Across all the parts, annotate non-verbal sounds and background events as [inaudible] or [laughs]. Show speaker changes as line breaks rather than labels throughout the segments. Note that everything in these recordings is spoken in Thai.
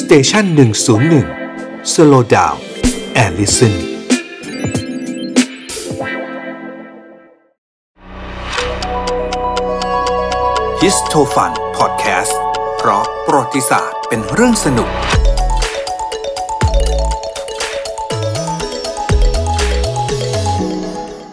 สเตชันหนึ่งศูนย์หนึ่งสโลดาวแอลลิสัน ฮิสโทฟันพอดแคสต์เพราะประวัติศาสตร์เป็นเรื่องสนุก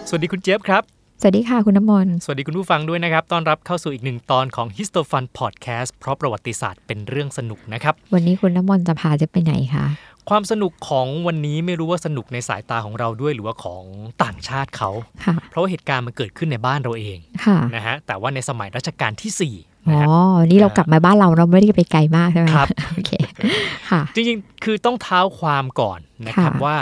สวัสดีคุณเจี๊ยบครับ
สวัสดีค่ะคุณน้ำมนต์
สวัสดีคุณผู้ฟังด้วยนะครับต้อนรับเข้าสู่อีกหนึ่งตอนของ h i s t o f u n Podcast เพราะประวัติศาสตร์เป็นเรื่องสนุกนะครับ
วันนี้คุณน้ำมนต์จะพาเจะไปไหนคะ
ความสนุกของวันนี้ไม่รู้ว่าสนุกในสายตาของเราด้วยหรือว่าของต่างชาติเขา
ค่ะ
เพราะว่าเหตุการณ์มันเกิดขึ้นในบ้านเราเอง
ค่ะ
นะฮะแต่ว่าในสมัยรัชกาลที่ 4
อ๋
นะ
อ
ฮะ
นี่เรากลับมาบ้านเราเราไม่ได้ไปไกลมากใช่ไหมะ
ครับ
โอเค ค่ะ
จริงๆ คือต้องเท้าความก่อนนะครับ
ค่ะ
ว่า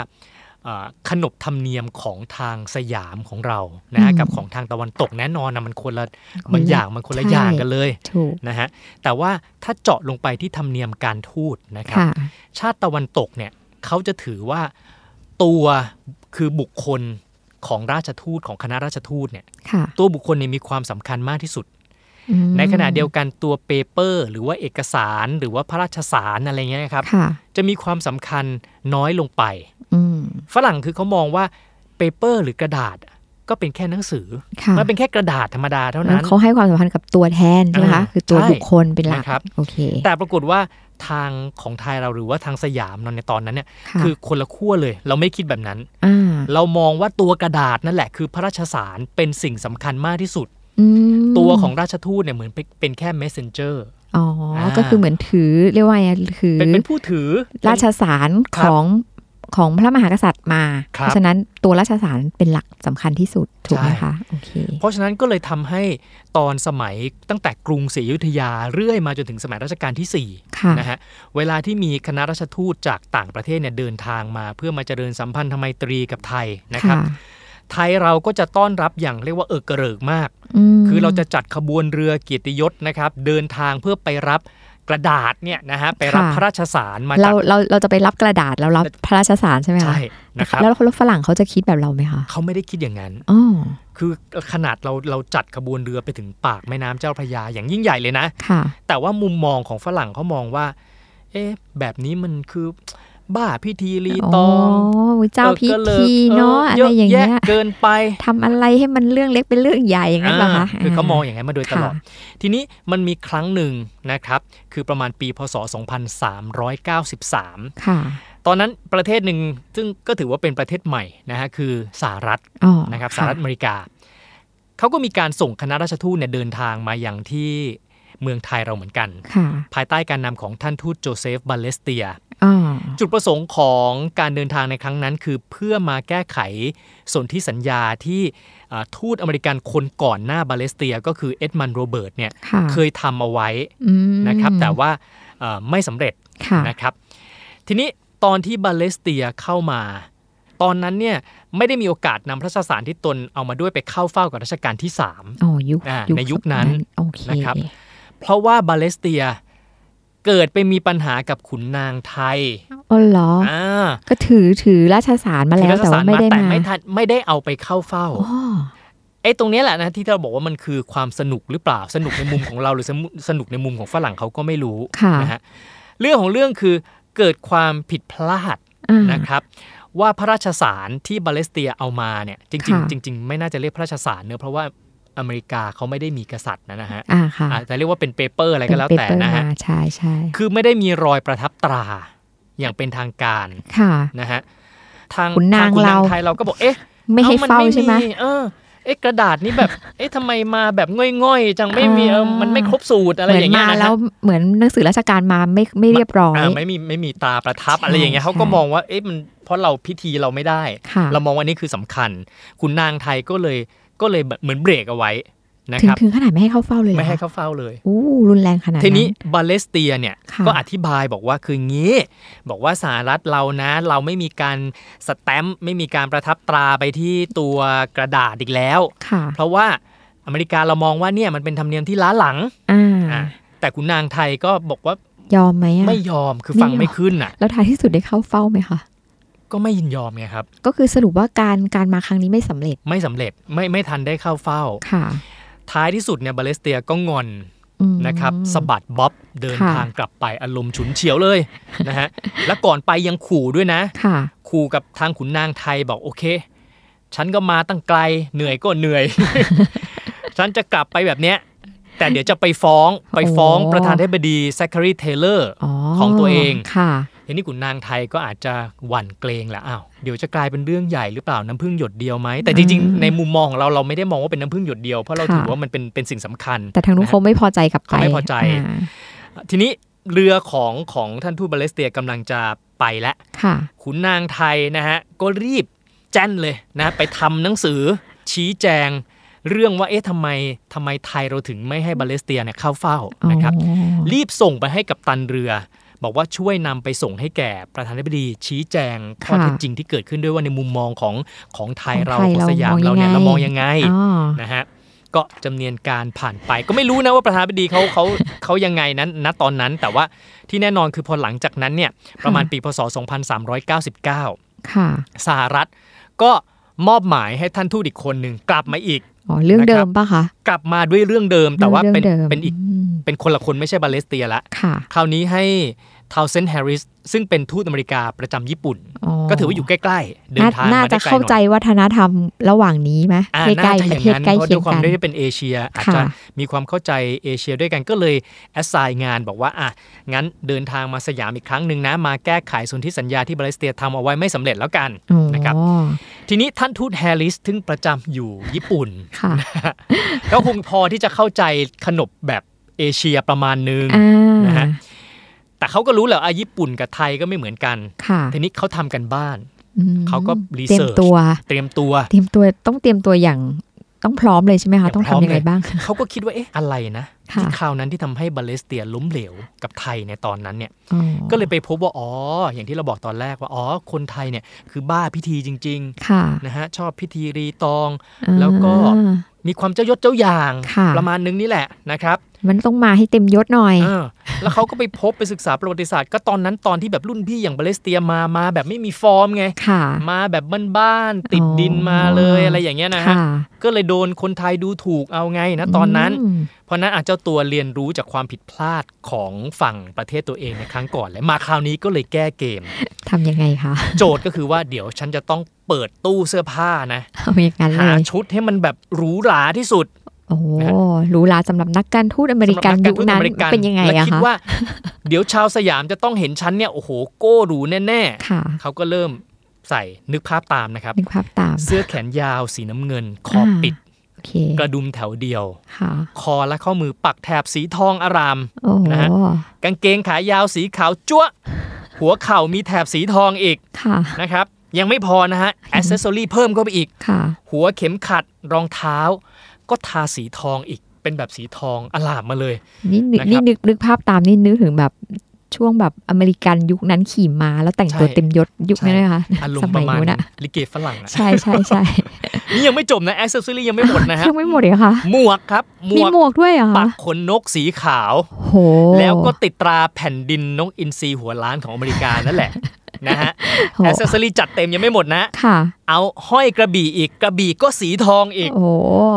เอ่อขนบธรรมเนียมของทางสยามของเรานะฮะ
อืม
กับของทางตะวันตกแน่นอนนะมันคนละ
คนละ
บางอย่างมันคนละ
ใช่
อย่างกันเลย
ถูก
นะฮะแต่ว่าถ้าเจาะลงไปที่ธรรมเนียมการทูตนะครับ
ค่ะ
ชาติตะวันตกเนี่ยเขาจะถือว่าตัวคือบุคคลของราชทูตของคณะราชทูตเนี่ย
ค่ะ
ตัวบุคคลเนี่ยมีความสำคัญมากที่สุด
อืม
ในขณะเดียวกันตัวเปเปอร์ หรือว่าเอกสารหรือว่าพระราชสารอะไรเงี้ยนะครับ
ค่ะ
จะมีความสำคัญน้อยลงไป
อืม
ฝรั่งคือเขามองว่าเปเปอร์หรือกระดาษ ก็เป็นแค่หนังสือ
ค่ะ
มันเป็นแค่กระดาษธรรมดาเท่า
แล้
นั้
วน เขาให้ความสำคัญกับตัวแทนใช่ไหมคะ
อ่า
คือตัว
ใช่
บุคคลเป็นหลัก
นะครับ
โอเค
แต่ปรากฏว่าทางของไทยเราหรือว่าทางสยามเราในตอนนั้นเนี่ย
ค่ะ
คือคนละขั้วเลย เราไม่คิดแบบนั้น
อ่า
เรามองว่าตัวกระดาษนั่นแหละคือพระราชสารเป็นสิ่งสำคัญมากที่สุด
อืม
ตัวของราชทูตเนี่ยเหมือนเป็นเป็นแค่ messenger
อ๋ออา ก็คือเหมือนถือเรียกว่าไงถือ
เป็นเป็นผู้ถือ
ราชสาร
ค
ข
รับ
องของพระมหากษัตริย์มา
ค
เพ
รับ
ราะฉะนั้นตัวราชสารเป็นหลักสำคัญที่สุดถูกไหม
ใช่
คะ โอเค
เพราะฉะนั้นก็เลยทำให้ตอนสมัยตั้งแต่กรุงศรีอยุธยาเรื่อยมาจนถึงสมัยรัชกาลที่สี่
ค่ะ
นะฮะเวลาที่มีคณะราชทูตจากต่างประเทศเนี่ยเดินทางมาเพื่อมาเจริญสัมพันธไมตรีกับไทยนะครับ ไทยเราก็จะต้อนรับอย่างเรียกว่าเออกระเริกมาก
ม
คือเราจะจัดขบวนเรือเกียรติยศนะครับ เดินทางเพื่อไปรับกระดาษเนี่ยนะฮะไปรับพระราชสารมาจา
เรา
ก
เราเราจะไปรับกระดาษแล้วรับพระราชสารใช่ไหมคะ
ใช่นะครับ
แล้วแล้วฝรั่งเขาจะคิดแบบเราไหมคะ
เขาไม่ได้คิดอย่างนั้น
อ๋อ
คือขนาดเราเราจัดขบวนเรือไปถึงปากแม่น้ำเจ้าพระยาอย่างยิ่งใหญ่เลยนะ
ค่ะ
แต่ว่ามุมมองของฝรั่งเขามองว่า เอ๊ะแบบนี้มันคือบ้าพิธีรีตอง
เจ้าพิธีเนาะ
ออ
อะไรอย่างเงี้ย
ะเกินไป
ทำอะไรให้มันเรื่องเล็กเป็นเรื่องใหญ่อย่างนั้นเหรอคะ
อ่าคือเขามองอย่างนั้นมาโดยตลอด
ค่ะ
ทีนี้มันมีครั้งหนึ่งนะครับ คือประมาณปีพศ 2393
ค่ะ
ตอนนั้นประเทศหนึ่งซึ่งก็ถือว่าเป็นประเทศใหม่นะฮะคือสหรัฐ
อ๋อ
นะครับสหรัฐอเมริกา เขาก็มีการส่งคณะราชทูตเนี่ยเดินทางมาอย่างที่เมืองไทยเราเหมือนกัน
ค่ะ
ภายใต้การนำของท่านทูตโจเซฟบัลเลสเตีย
อ๋อ
จุดประสงค์ของการเดินทางในครั้งนั้นคือเพื่อมาแก้ไขสนธิสัญญาที่อ่าทูตอเมริกันคนก่อนหน้าบาเลสเตียก็คือเอ็ดมันโรเบิร์ตเนี่ย
ค่ะ
เคยทำเอาไว้
อืม
นะครับแต่ว่าอ่าไม่สำเร็จ
ค่ะ
นะครับทีนี้ตอนที่บาเลสเตียเข้ามา ตอนนั้นเนี่ยไม่ได้มีโอกาสนำพระราชสารที่ตนเอามาด้วยไปเข้าเฝ้ากับรัชกาลที่ 3
อ๋อยุค
อ่าในยุคนั้น
โอเค
นะครับ เพราะว่าบาเลสเตียเกิดไปมีปัญหากับขุนนางไทย
อ๋อเหรอ
อ่า
ก็ถือถือราชสารมา
ถื
แล้
อ
ว
รัฐ
แต่
สา
ว่าร ไม่
มา
ได้
แต่
มา
ไม่ทันไม่ได้เอาไปเข้าเฝ้า
อ๋อ
ไอ้ตรงเนี้ยแหละนะที่เราบอกว่ามันคือความสนุกหรือเปล่าสนุกในมุมของเราหรือสนุกสนุกในมุมของฝรั่งเขาก็ไม่รู้
ค่ะ
นะฮะเรื่องของเรื่องคือเกิดความผิดพลาด
อ่า
นะครับ ว่าพระราชสารที่บาเลสเตียเอามาเนี่ยจริง
ค่ะ
ๆจริง ๆ ไม่น่าจะเรียกพระราชสารเนอะเพราะว่าอเมริกาเขาไม่ได้มีกษัตริย์นะนะฮะ
อ่าค่ะ
อาจจะเรียกว่าเป็นเปเปอร์อะไรก็แล้วแต่
เป็เปอร์
นะฮะ
มาใช่ใช่
คือไม่ได้มีรอยประทับตราอย่างเป็นทางการ
ค่ะ
นะฮะทาง
ขุนนาง
ทขุนนาง
เรา
ไทยเราก็บอกเอ๊ะ
ไม่ให้
อ้น
เฝ้าใช่ไหม
เออเอ๊ะกระดาษนี่แบบ [laughs] เอ๊ะทำไมมาแบบง่อยๆ จังไม่มีเออ
อ่ามั
มันไม่ครบสูตรอะไร
เหมื
อย่าง
น
เงี้ย
มา
นะ
แล้วเหมือนหนังสือราชการมาไม่ไม่เรียบร้อย
อ่าไม่มีไม่มีตราประทับ
ใช่
อะไรอย่างเงี้ยเขาก็
ใช่
มองว่าเอ๊ะมันเพราะเราพิธีเราไม่ได้
ค่ะ
เรามองว่านี่คือสำคัญ คุณนางไทยก็เลยก็เลยแบบเหมือนเบรกเอาไว้นะค
ถึง
รับ
ถึงขนาดไม่ให้เข้าเฝ้าเลยรอ
ไม่ให้เข้าเฝ้าเลย
อู้รุนแรงขนาด
ทีนี้
นั้น
บาเลสเตียเนี่ย
ค่ะ
ก็อธิบายบอกว่าคืองี้ บอกว่าสหรัฐเรานะ เราไม่มีการสแตมป์ไม่มีการประทับตราไปที่ตัวกระดาษอีกแล้ว
ค่ะ
เพราะว่าอเมริกาเรามองว่าเนี่ยมันเป็นธรรมเนียมที่ล้าหลัง
อ่า
อ่ะแต่คุณนางไทยก็บอกว่าย
อมไหมอะ
ไม่ยอมคือ
ไม่
ฟัง
ยอม
ไม่ขึ้นอ่ะ
แล้วท้ายที่สุดได้เข้าเฝ้าไหมคะ
ก็ไม่ยินยอมไงครับ
ก็คือสรุปว่าการการมาครั้งนี้ไม่สำเร็จ
ไม่สำเร็จไม่ไม่ทันได้เข้าเฝ้า
ค่ะ
ท้ายที่สุดเนี่ยบาเลสเตียก็งอน
อืม
นะครับสะบัดบ๊อบเดิน
ค่ะ
ทางกลับไปอารมณ์ฉุนเฉียว [laughs] เลยนะฮะ และก่อนไปยังขู่ด้วยนะ
ค่ะ
ขู่กับทางขุนนางไทยบอกโอเค ฉันก็มาตั้งไกลเหนื่อยก็เหนื่อย [laughs] ฉันจะกลับไปแบบเนี้ย แต่เดี๋ยวจะไปฟ้องไปฟ้อง
โอ้
ประธานธิบดีแซคคารีเทเลอร์
อ๋อ
ของตัวเอง
ค่ะ
ทีนี้ขุนนางไทยก็อาจจะหวั่นเกรงแหละอ้าวเดี๋ยวจะกลายเป็นเรื่องใหญ่หรือเปล่าน้ำพึ่งหยดเดียวไหมแต่จริง
อืม
ๆในมุมมองของเราเราไม่ได้มองว่าเป็นน้ำพึ่งหยดเดียวเพราะเรา
ค่ะ
ถือว่ามันเป็นเป็นสิ่งสำคัญ
แต่ทางนู้นเขาไม่พอใจกลับไป
เขาไม่พอใจ
า
ทีนี้เรือของของท่านทูตบาเลสเตียกำลังจะไปแล้ว
ค่ะ
ขุนนางไทยนะฮะก็รีบแจ้นเลยนะไปทำหนังสือชี้แจง เรื่องว่าเอ๊ะทำไมทำไมไทยเราถึงไม่ให้บาเลสเตียเนี่ยเข้าเฝ้านะครับ
อ๋อ
รีบส่งไปให้กับตันเรือ บอกว่าช่วยนำไปส่งให้แก่ประธานาธิบดีชี้แจงข้อ
ค่ะ
เท็จจริงที่เกิดขึ้นด้วยว่าในมุมมองของของไทย
ของ
เรา
ไทย
ของสยาม
เรามอง
เราเนี่ย
ยังไง
เรามองยังไง
อ๋อ
นะฮะก็จำเนียนการผ่านไปก็ไม่รู้นะว่าประธานาธิบดีเขาเขาเขายังไงนั้นณตอนนั้น แต่ว่าที่แน่นอนคือพอหลังจากนั้นเนี่ยประมาณ
ค่ะ
ปีพศ 2399
ค่ะ
สหรัฐ ก็มอบหมายให้ท่านทูตอีกคนหนึ่งกลับมาอีก
อ๋อเรื่อง
นะครับ
เดิมปะคะ
กลับมาด้วยเรื่องเดิม แต่ว่าเป็น
เรื่องดิม
เป็นอีก
ม
เป็นคนละคนไม่ใช่บาเลสเตียละ
ค่ะ
คราวนี้ให้ทาวเซนแฮร์ริสซึ่งเป็นทูตอเมริกาประจำญี่ปุ่น ก็ถือว่าอยู่ใกล้ๆ เดินทาง
น่า
มา
จะ
ได้ไกลห
เข้า
น่อย
ใจวัฒนธรรมระหว่างนี้ไหม
อ่า
ใกล้
น่าจะอ
ๆประ
ย่าง
เทศ
นั้น
ใกล้
เพราะ
เคี
ด้ว
ย
ย
ง
ความ
กัน
ที่เป็นเอเชีย อาจจะ
ค่ะ
มีความเข้าใจเอเชียด้วยกันก็เลยแอสไซน์งานบอกว่าอ่ะงั้นเดินทางมาสยามอีกครั้งหนึ่งนะ มาแก้ไขสนธิสัญญาที่บาเลสเตียทำเอาไว้ไม่สำเร็จแล้วกัน
อ๋อ
นะครับ ทีนี้ท่านทูตแฮร์ริสทึ่งประจำอยู่ญี่ปุ่น
ค่ะ
[laughs] ก็คงพอที่จะเข้าใจขนบแบบเอเชียประมาณหนึง
อ่
นะฮะ
า
แต่เขาก็รู้แหละอ่ะญี่ปุ่นกับไทยก็ไม่เหมือนกัน
ค่ะ
ทีนี้เขาทำกันบ้าน
อืม
เขาก็รี
เตรี
เสิ
ย
ร์
ม
ช
ตัว
เตรียมตัว
เตรียมตัวต้องเตรียมตัวอย่างต้องพร้อมเลยใช่ไหม
อ
คะ
ย่าง
ต้อง
พร้อม
ทำยังไง
เลย
บ้าง
เขาก็คิดว่าเอ๊ะอะไรนะที่
ค่ะ
คราวนั้นที่ทำให้บาเลสเตียล้มเหลวกับไทยในตอนนั้นเนี่ย
อ๋อ
ก็เลยไปพบว่า อ๋อ อย่างที่เราบอกตอนแรกว่า อ๋อ คนไทยเนี่ยคือบ้าพิธีจริง
ค่ะ
ๆนะฮะชอบพิธีรีตอง แล้วก็
อ่า
มีความเจ้ายศเจ้าอย่าง
ค่ะ
ประมาณนึงนี่แหละนะครับ
มันต้องมาให้เต็มยศหน่อย
เออแล้วเขาก็ไปพบไปศึกษาประวัติศาสตร์ ก็ตอนนั้นตอนที่แบบรุ่นพี่อย่างบาเลสเตียมามาแบบไม่มีฟอร์มไง
ค่ะ
มาแบบบ้านๆติด
อ๋อ
ดินมาเลยอะไรอย่างเงี้ยนะฮะ
ค่ะ
ก็เลยโดนคนไทยดูถูกเอาไงนะตอนนั้น
อืม
เพราะนั้นอาจเจ้าตัวเรียนรู้จากความผิดพลาดของฝั่งประเทศตัวเองในครั้งก่อน และมาคราวนี้ก็เลยแก้เกม [laughs]
ทำยังไงคะ [laughs]
โจทย์ก็คือว่าเดี๋ยวฉันจะต้องเปิดตู้เสื้อผ้านะ
เอาอย่างนั้นเล
หาย ชุดให้มันแบบหรูหราที่สุด
โอ้โหหรูหราสำหรับนักการทูตอเมริกัน
สำห
ยุค
ทูต
นั้น
อมริกั
เป็นยังไง
และ
อะ
คิด
คะ
ว่า เดี๋ยวชาวสยามจะต้องเห็นฉันเนี่ยโอ้โหโก้หรูแน่
ค่ะ
ๆเขาก็เริ่มใส่นึกภาพตามนะครับ
นึกภาพตาม
เสื้อแขนยาวสีน้ำเงิน คอปิด
โอเค
กระดุมแถวเดียว
ค่ะ
คอและข้อมือปักแถบสีทองอาราม
โอ้โห
นะฮะ กางเกงขายาวสีขาวจั๊วะหัวเข่ามีแถบสีทองอีก
ค่ะ
นะครับ ยังไม่พอนะฮะอ c เซสซอรี่เพิ่มเข้าไปอีก
ค่ะ
หัวเข็มขัดรองเท้า ก็ทาสีทองอีกเป็นแบบสีทองอลามมาเลย
นี่นึก
นะครับ
นี่นึกนึกภาพตามนี่นึกถึงแบบช่วงแบบอเมริกันยุคนั้นขี่ม้าแล้วแต่งตัว
ใช่
เต็มยศยุคนั้นเลยค่ะ
อารม
ส
ณ์ประ
มัย
มาณ
นู้นอะ
ลิเกฝรั่งอะ
ใช่ใช่ใช่
นี่ยังไม่จบนะแอ c เซสซอรี่ยังไม่หมดนะฮะ
ยังไม่หมดเลยค่ะ
หมวกครับ หม
มี
วก
หมวกด้วยเหรอ
ปั
คะ
กขนนกสีขาว
โอ้โห
แล้วก็ติดตราแผ่นดินนกอินทรีหัวล้านของอเมริกานั่นแหละ นะฮะ
โอ้
แอ c เซสซอรี่จัดเต็มยังไม่หมดนะ
ค่ะ
เอาห้อยกระบี่อีกกระบี่ก็สีทองอีก
โอ้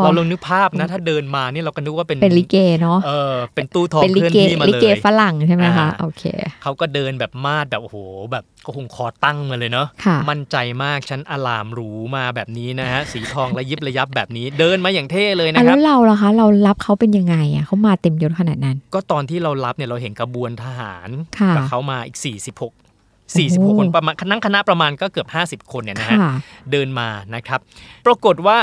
เราลองนึกภาพนะ ถ้าเดินมาเนี่ยเราก็นึกว่าเป็น
เป็นลิเกเนาะ
เออเป็นตู้ทอง
เป็น
เค
ลิ
ลื่อน
เก
ที่มา
ลิ
เล
เก
ย
ฝรั่งใช่ไหมคะ
อ่า
โอเค
เขาก็เดินแบบมาดแบบโอ้โห แบบก็คงคอตั้งมาเลยเนาะ
ค่ะ
มั่นใจมากฉันอลามหรูมาแบบนี้นะฮ [laughs] ะ สีทองระยิบระยับแบบนี้ เดินมาอย่างเท่เลย
อ่ะ
นะค
แล้
รับ
วเราล่ะคะ เรารับเขาเป็นยังไงอ่ะเขามาเต็มยศขนาดนั้น
ก็ตอนที่เรารับเนี่ยเราเห็นกระบวนทหาร
ค่ะ
กัเขามาอีก 46 46 คนประมาณนั่งคณะประมาณก็เกือบ 50 คนเนี่ยนะฮะ
ค่ะ
เดินมานะครับ ปรากฏว่า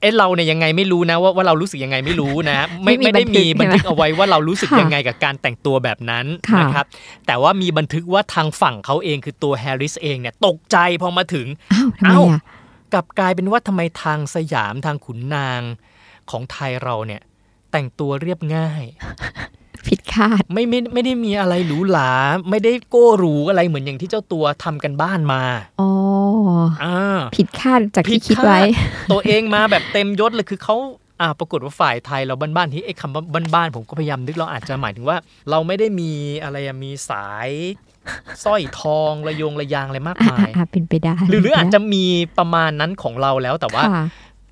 เอะเราเนี่ยยังไงไม่รู้นะว่าว่าเรารู้สึกยังไงไม่รู้นะ
[laughs]
ไม่
ไม่มี
ไม่ได้มี
บั
บัน
นทึ
ทึ
ก
กเอาไว้ว่าเรารู้สึก
ค่ะ
ยังไงกับการแต่งตัวแบบนั้น
ค่ะ
นะครับ แต่ว่ามีบันทึกว่าทางฝั่งเขาเองคือตัวแฮร์ริสเองเนี่ยตกใจพอมาถึง
อ้าวทำไม
เอ้า
อ่ะ
กลับกลายเป็นว่าทำไมทางสยามทางขุนนางของไทยเราเนี่ยแต่งตัวเรียบง่าย
ผิดคาด
ไม่ไม่ไม่ได้มีอะไรหรูหราไม่ได้โก้หรูอะไรเหมือนอย่างที่เจ้าตัวทำกันบ้านมา
อ๋อ
อ่า
ผิดคาดจาก
ผิ
ที่
ด
คิดไว้
คาดตัวเองมาแบบเต็มยศเลยคือเขาอ่าปรากฏว่าฝ่ายไทยเราบ้านๆที่ไอ้คำว่าบ้านๆผมก็พยายามนึกเราอาจจะหมายถึงว่า เราไม่ได้มีอะไรอะมีสายสร้อยทองระยงระยางอะไรมาก
อ่ะ [laughs]
มา
อ่ะ
ย
อ่ะเป็นไปได้
หรือหรืออาจจะมีประมาณนั้นของเราแล้วแต่ว่า
ค่ะ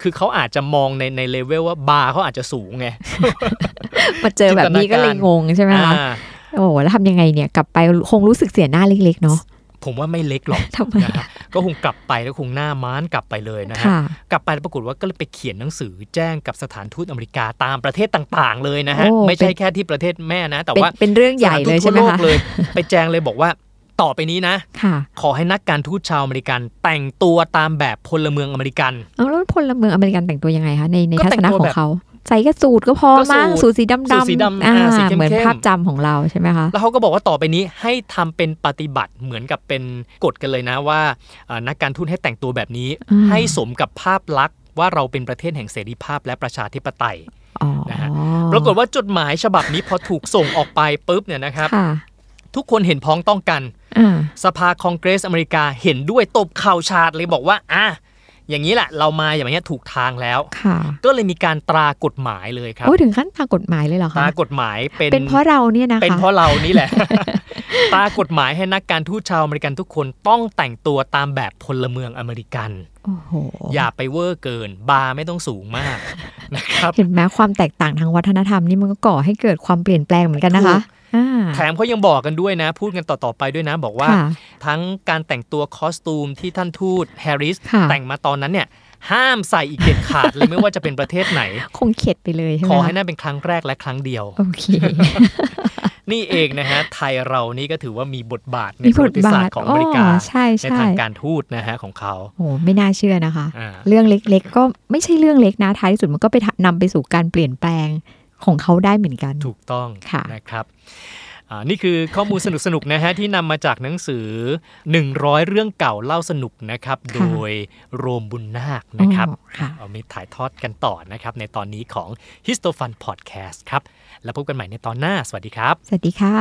คือเขาอาจจะมองในในเลเวลว่าบาร์เขาอาจจะสูงไง
มาเจอแบบนี้ก็เลยงงใช่ไหมคะ
อ่า
โอ้โหแล้วทำยังไงเนี่ยกลับไปคงรู้สึกเสียหน้าเล็กๆเนาะ
ผมว่าไม่เล็กหรอก
ทำไม
นะฮะก็คงกลับ [laughs] ไปแล้วคงหน้าม้านกลับไปเลยนะฮะ
ค่ะ
กลับไปแล้วปรากฏว่าก็เลยไปเขียนหนังสือแจ้งกับสถานทูตอเมริกาตามประเทศต่างๆ เลยนะฮะ
โอ้
ไม่ใช่แค่ที่ประเทศแม่นะ แต่
เป็น
ว่า
เป็นเรื่องใหญ่เลยใช่ไหม
สถานทูตทั่วโล
คะ
กเลย ไปแจ้งเลยบอกว่าต่อไปนี้นะ
ค่ะ
ขอให้นักการทูตชาวอเมริกัน แต่งตัวตามแบบพลเมืองอเมริกัน
เอาแล้วพลเมืองอเมริกันแต่งตัวยังไงคะในใน
ก็
ทั
แต่
ศ
ง
นะ
ตัว
ของเขาใส่กระสูทก็พอ
ก็สูท
มั้งสูทสีดำ
สู
ด
ทสีดำ
ำอ่า
อ่าสีเข้มๆ
เหมือนภาพจำของเราใช่ไหมคะ
แล้วเขาก็บอกว่าต่อไปนี้ให้ทำเป็นปฏิบัติเหมือนกับเป็นกฎกันเลยนะว่าเอ่อนักการทูตให้แต่งตัวแบบนี้
อ่า
ให้สมกับภาพลักษณ์ว่าเราเป็นประเทศแห่งเสรีภาพและประชาธิปไตย
อ๋อ
นะฮะ ปรากฏว่าจดหมายฉบับนี้พอถูกส่งออกไปปุ๊บเนี่ยนะครับ
ค่ะ
ทุกคนเห็นพ้องต้องกัน
อ่า
สภาคองเกรสอเมริกาเห็นด้วยตบเข่าวชาติเลยบอกว่าอ่ะอย่างนี้แหละเรามาอย่างนี้ยถูกทางแล้ว
ค่ะ
ก็เลยมีการตรากฎหมายเลยครับ
โอ้ถึงขั้นทางกฎหมายเลยเหรอ
ต
คะ
รากฎหมายเป็น
เป็นเพราะเราเนี่ยนะคะ
เป็นเพราะเรานี่
[laughs]
แหละ ตากฎหมายให้นักการทูตชาวอเมริกันทุกคนต้องแต่งตัวตามแบบพลเมืองอเมริกัน
โอ้โห
อย่าไปเวอร์เกิน บาร์ไม่ต้องสูงมาก นะครับ
เห็นไหมความแตกต่างทางวัฒนธรรมนี่มันก็ก่อให้เกิดความเปลี่ยนแปลงเหมือนกันนะคะ
ถูก
อ่า
แถมเขายังบอกกันด้วยนะ พูดกันต่อ ๆ ไปด้วยนะ บอกว่า
ค่ะ
ทั้งการแต่งตัวคอสตูมที่ท่านทูตแฮร์ริส
ค่ะ
แต่งมาตอนนั้นเนี่ย ห้ามใส่อีกเด็ดขาดเลยไม่ว่าจะเป็นประเทศไหน
คงเข็ดไปเลยใช่ไห
ข
ม
อ
คะ
ให้น่าเป็นครั้งแรกและครั้งเดียว
โอเค
นี่เองนะฮะไทยเรานี่ก็ถือว่ามีบทบาทใน
มี
ประ
บ
วั
ท
ติ
บา
ศาสต
ท
ร์ของอเมริกา
ใช่
ใน
ใช่
ทางการทูตนะฮะของเขา
โอ้โหไม่น่าเชื่อนะคะ
อ่า
เรื่องเล็กๆ ก็ไม่ใช่เรื่องเล็กนะท้ายที่สุดมันก็ไปทะนำไปสู่การเปลี่ยนแปลงของเขาได้เหมือนกัน
ถูกต้อง
ค่ะ
นะครับอ่านี่คือข้อมูลสนุกๆนะฮะที่นำมาจากหนังสือ 100 เรื่องเก่าเล่าสนุกนะครับ โดยโรมบุญนาคนะครับ
อ๋อค่ะ
เอามีถ่ายทอดกันต่อนะครับ ในตอนนี้ของ h i s t o f u n Podcast ครับ แล้วพบกันใหม่ในตอนหน้า สวัสดีครับ
สวัสดีค่ะ